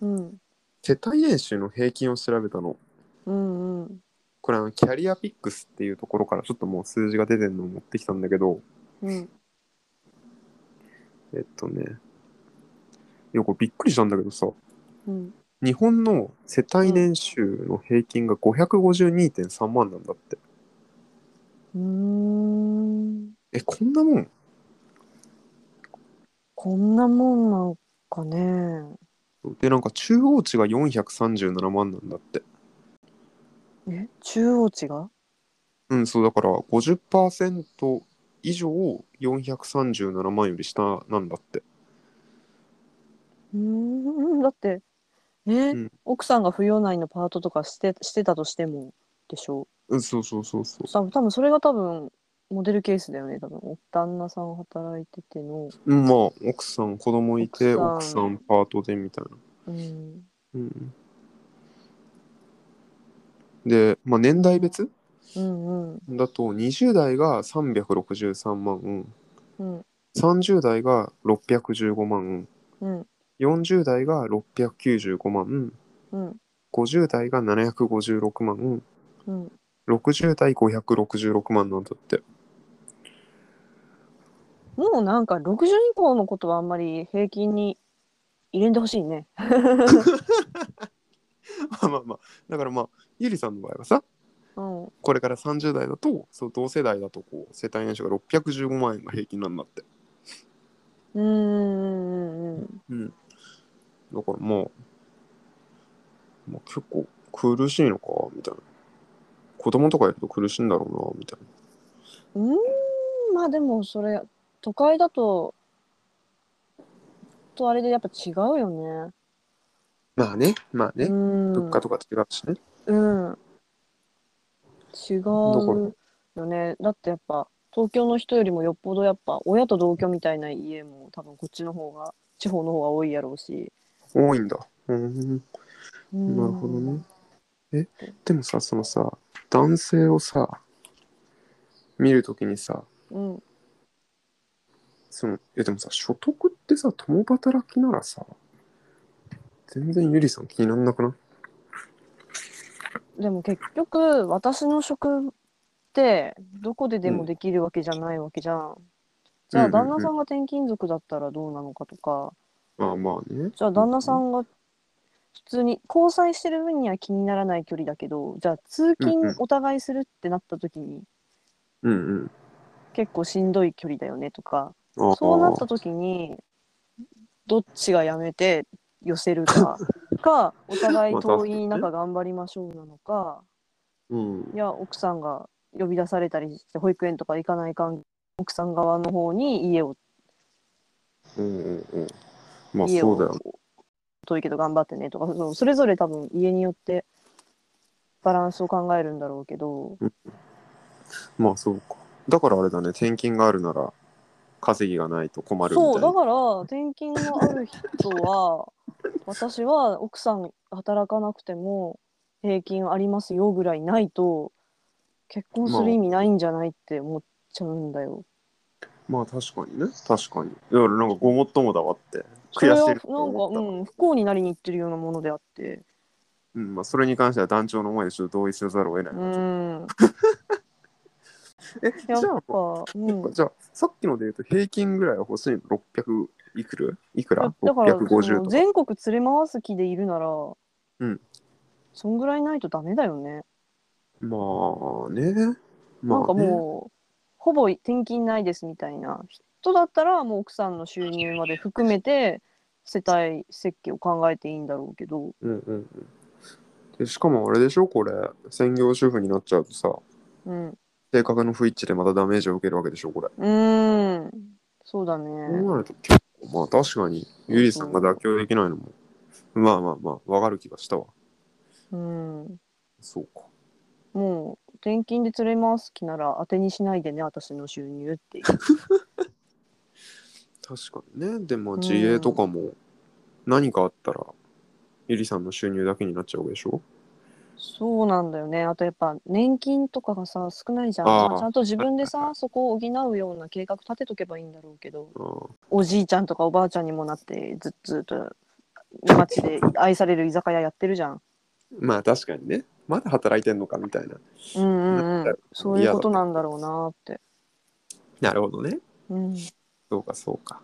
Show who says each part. Speaker 1: うん
Speaker 2: 世帯年収の平均を調べたの。
Speaker 1: うんうん
Speaker 2: これあの、キャリアピックスっていうところからちょっともう数字が出てるのを持ってきたんだけど、
Speaker 1: うん
Speaker 2: えっとね、いや、これびっくりしたんだけどさ、
Speaker 1: うん
Speaker 2: 日本の世帯年収の平均が552.3万なんだって。
Speaker 1: うーん
Speaker 2: え、こんなもん
Speaker 1: こんなもんなんかね
Speaker 2: で、なんか中央値が437万なんだって。
Speaker 1: え中央値が
Speaker 2: うん、そうだから50%以上437万より下なんだって。
Speaker 1: うーんだってね、
Speaker 2: うん
Speaker 1: 奥さんが扶養内のパートとかしてしてたとしてもでしょ
Speaker 2: うん、そうそうそうそう。
Speaker 1: 多分多分それが多分モデルケースだよね多分旦那さん働いてての、
Speaker 2: うん、まあ、奥さん、子供いて、
Speaker 1: 奥
Speaker 2: 奥
Speaker 1: さ
Speaker 2: さ
Speaker 1: ん
Speaker 2: んパートでみたいな。
Speaker 1: うん、
Speaker 2: うん。で、まあ、年代別
Speaker 1: うんうん
Speaker 2: だと、20代が363万、
Speaker 1: うん
Speaker 2: 30代が615万、
Speaker 1: うん
Speaker 2: 40代が695万、
Speaker 1: うん
Speaker 2: 50代が756万、
Speaker 1: うん
Speaker 2: 60代566万なんだって。
Speaker 1: もうなんか60以降のことはあんまり平均に入れんでほしいね
Speaker 2: まあまあまあ、だからまあ、ゆりさんの場合はさ、
Speaker 1: うん
Speaker 2: これから30代だと、そう同世代だとこう、世帯年収が615万円が平均なんだって。
Speaker 1: うんうんうん
Speaker 2: うん。だからまあ、まあ、結構苦しいのか、みたいな。子供とかいると苦しいんだろうな、みたいな。
Speaker 1: うんうんまあでもそれ都会だととあれでやっぱ違うよね
Speaker 2: まあね、まあね、
Speaker 1: うん
Speaker 2: 物価とか違うしね。
Speaker 1: うん。違うよね。だってやっぱ東京の人よりもよっぽどやっぱ親と同居みたいな家も多分こっちの方が地方の方が多いやろうし。
Speaker 2: 多いんだ。うん、
Speaker 1: うん
Speaker 2: なるほどね。。え、でもさ、そのさ、男性をさ、見るときにさ、
Speaker 1: うん
Speaker 2: そのえでもさ所得ってさ共働きならさ全然ゆりさん気になんなくない
Speaker 1: でも結局私の職ってどこででもできるわけじゃないわけじゃん。じゃあ旦那さんが転勤族だったらどうなのかとか、
Speaker 2: まあまあね
Speaker 1: じゃあ旦那さんが普通に交際してる分には気にならない距離だけどじゃあ通
Speaker 2: うんう
Speaker 1: 勤
Speaker 2: ん
Speaker 1: お互いするってなった時に
Speaker 2: うん
Speaker 1: 結構しんどい距離だよねとか
Speaker 2: うんああ
Speaker 1: そうなった時にどっちがやめて寄せる かかお互い遠い中頑張りましょうなのか
Speaker 2: うん
Speaker 1: いや奥さんが呼び出されたりして保育園とか行かない関奥さん側の方に家を
Speaker 2: うんうんうんまあ
Speaker 1: 家
Speaker 2: そ
Speaker 1: を
Speaker 2: うだよ
Speaker 1: 遠いけど頑張ってねとかそうそれぞれ多分家によってバランスを考えるんだろうけど
Speaker 2: まあそうかだからあれだね転勤があるなら稼ぎがないと困るみたい
Speaker 1: そうだ
Speaker 2: な
Speaker 1: から転勤のある人は私は奥さん働かなくても平均ありますよぐらいないと結婚する意味ないんじゃないって思っちゃうんだよ。
Speaker 2: まあ確かにね確かにだからなんかごもっともだわって
Speaker 1: それ
Speaker 2: 悔し
Speaker 1: はいなん
Speaker 2: な
Speaker 1: か、
Speaker 2: と思った
Speaker 1: うん、不幸になりにいってるようなものであって
Speaker 2: うんまあ、それに関しては団長の思いでちょっと同意せざるを得な
Speaker 1: う
Speaker 2: い、
Speaker 1: ん
Speaker 2: えじゃ
Speaker 1: やっ
Speaker 2: あ
Speaker 1: ぱ、うん、
Speaker 2: じゃあさっきので言うと平均ぐらいは欲しいの600いくるいくら
Speaker 1: だから
Speaker 2: ?650
Speaker 1: そ
Speaker 2: と
Speaker 1: の
Speaker 2: か。
Speaker 1: 全国連れ回す気でいるなら、
Speaker 2: うん、
Speaker 1: そんぐらいないとダメだよね。
Speaker 2: まあね。ま
Speaker 1: な
Speaker 2: あ、ね、
Speaker 1: んかもうほぼ転勤ないですみたいな人だったらもう奥さんの収入まで含めて世帯設計を考えていいんだろうけど
Speaker 2: う。んうんうん、でしかもあれでしょこれ専業主婦になっちゃうとさ
Speaker 1: うんう
Speaker 2: 性格の不一致でまたダメージを受けるわけでしょこれ。
Speaker 1: ーんそうだ
Speaker 2: そう
Speaker 1: ね
Speaker 2: なると結構まあ確かにゆりさんが妥協できないのもまあまあまあわかる気がしたわ。
Speaker 1: うん
Speaker 2: そうか。
Speaker 1: もう転勤で連れ回す気なら当てにしないでね私の収入っていう
Speaker 2: 確かにね。でまあ
Speaker 1: うん
Speaker 2: 自営とかも何かあったらゆりさんの収入だけになっちゃうわけでしょ
Speaker 1: そうなんだよねあとやっぱ年金とかがさ少ないじゃん
Speaker 2: あー
Speaker 1: まあちゃんと自分でさそこを補うような計画立てとけばいいんだろうけど
Speaker 2: ああ
Speaker 1: おじいちゃんとかおばあちゃんにもなってずずっと街で愛される居酒屋やってるじゃん。
Speaker 2: まあ確かにねまだ働いてんのかみたいな
Speaker 1: うんうんう
Speaker 2: なんんか。
Speaker 1: そういうことなんだろうなって。
Speaker 2: なるほどね
Speaker 1: うん。
Speaker 2: そうかそうか